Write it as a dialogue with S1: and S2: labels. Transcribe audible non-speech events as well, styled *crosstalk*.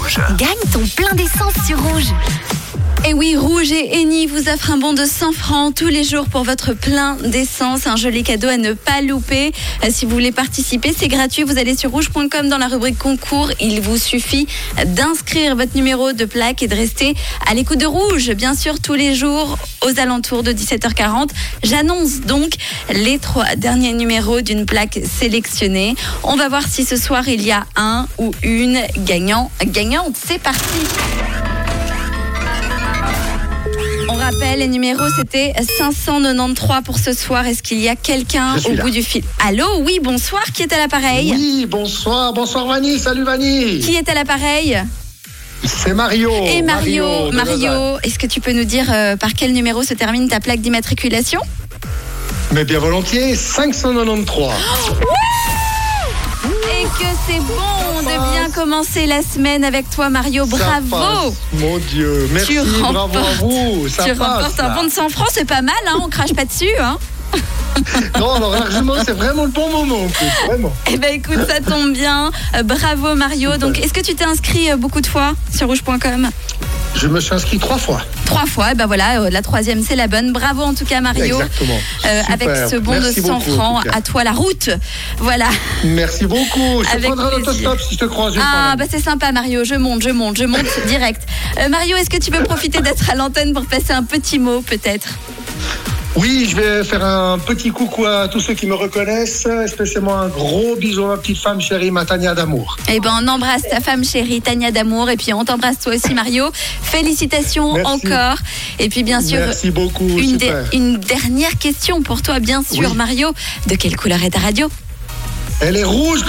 S1: rouge.
S2: Gagne ton plein d'essence sur rouge.
S3: Et oui, Rouge et Eni vous offrent un bon de 100 francs tous les jours pour votre plein d'essence. Un joli cadeau à ne pas louper. Euh, Si vous voulez participer, c'est gratuit. Vous allez sur rouge.com dans la rubrique concours. Il vous suffit d'inscrire votre numéro de plaque et de rester à l'écoute de Rouge. Bien sûr, tous les jours aux alentours de 17h40. J'annonce donc les trois derniers numéros d'une plaque sélectionnée. On va voir si ce soir il y a un ou une gagnant, gagnante. C'est parti. On rappelle les numéros, c'était 593 pour ce soir. Est-ce qu'il y a quelqu'un
S1: Je suis
S3: au
S1: là.
S3: bout du fil Allô, oui, bonsoir. Qui est à l'appareil
S1: Oui, bonsoir, bonsoir Vanny, salut Vanny.
S3: Qui est à l'appareil
S1: C'est Oh, Mario.
S3: Et Mario,
S1: de Lausanne.
S3: Mario, est-ce que tu peux nous dire euh, par quel numéro se termine ta plaque d'immatriculation
S1: Mais bien volontiers, 593.
S3: Et que c'est bon de bien commencer la semaine avec toi, Mario.
S1: Ça
S3: Oh, Bravo
S1: passe, Mon Dieu, merci,
S3: Tu remportes,
S1: bravo à vous. Ça
S3: Tu
S1: passe,
S3: remportes un
S1: là.
S3: bon de 100 francs, c'est pas mal, hein, on crache pas dessus.
S1: *laughs*
S3: Hein
S1: Non, alors largement, c'est vraiment le bon moment. en plus, Vraiment.
S3: eh ben écoute, ça tombe bien. Euh, bravo, Mario. Donc, est-ce que tu t'es inscrit euh, beaucoup de fois sur rouge.com
S1: Je me suis inscrit trois fois.
S3: Trois fois, et ben voilà, euh, la troisième c'est la bonne. Bravo en tout cas Mario.
S1: Exactement.
S3: Euh,
S1: Super.
S3: avec ce bon
S1: Merci
S3: de 100
S1: beaucoup, en
S3: francs,
S1: tout cas.
S3: à toi la route. Voilà.
S1: Merci beaucoup. Je te
S3: Avec
S1: prendrai
S3: plaisir.
S1: l'autostop si je te croise. je
S3: Ah
S1: t'emmène.
S3: bah c'est sympa Mario, je monte, je monte, je monte
S1: *laughs*
S3: direct. Euh, Mario, est-ce que tu peux profiter d'être à l'antenne pour passer un petit mot peut-être
S1: Oui, je vais faire un petit coucou à tous ceux qui me reconnaissent, spécialement un gros bisou à ma petite femme chérie, ma Tania d'amour.
S3: Eh ben on embrasse ta femme chérie Tania d'amour et puis on t'embrasse toi aussi Mario. Félicitations
S1: Merci.
S3: encore. Et puis bien sûr
S1: Merci beaucoup.
S3: une, dé-
S1: super.
S3: une dernière question pour toi bien sûr
S1: Oui.
S3: Mario. De quelle couleur est ta radio
S1: Elle est rouge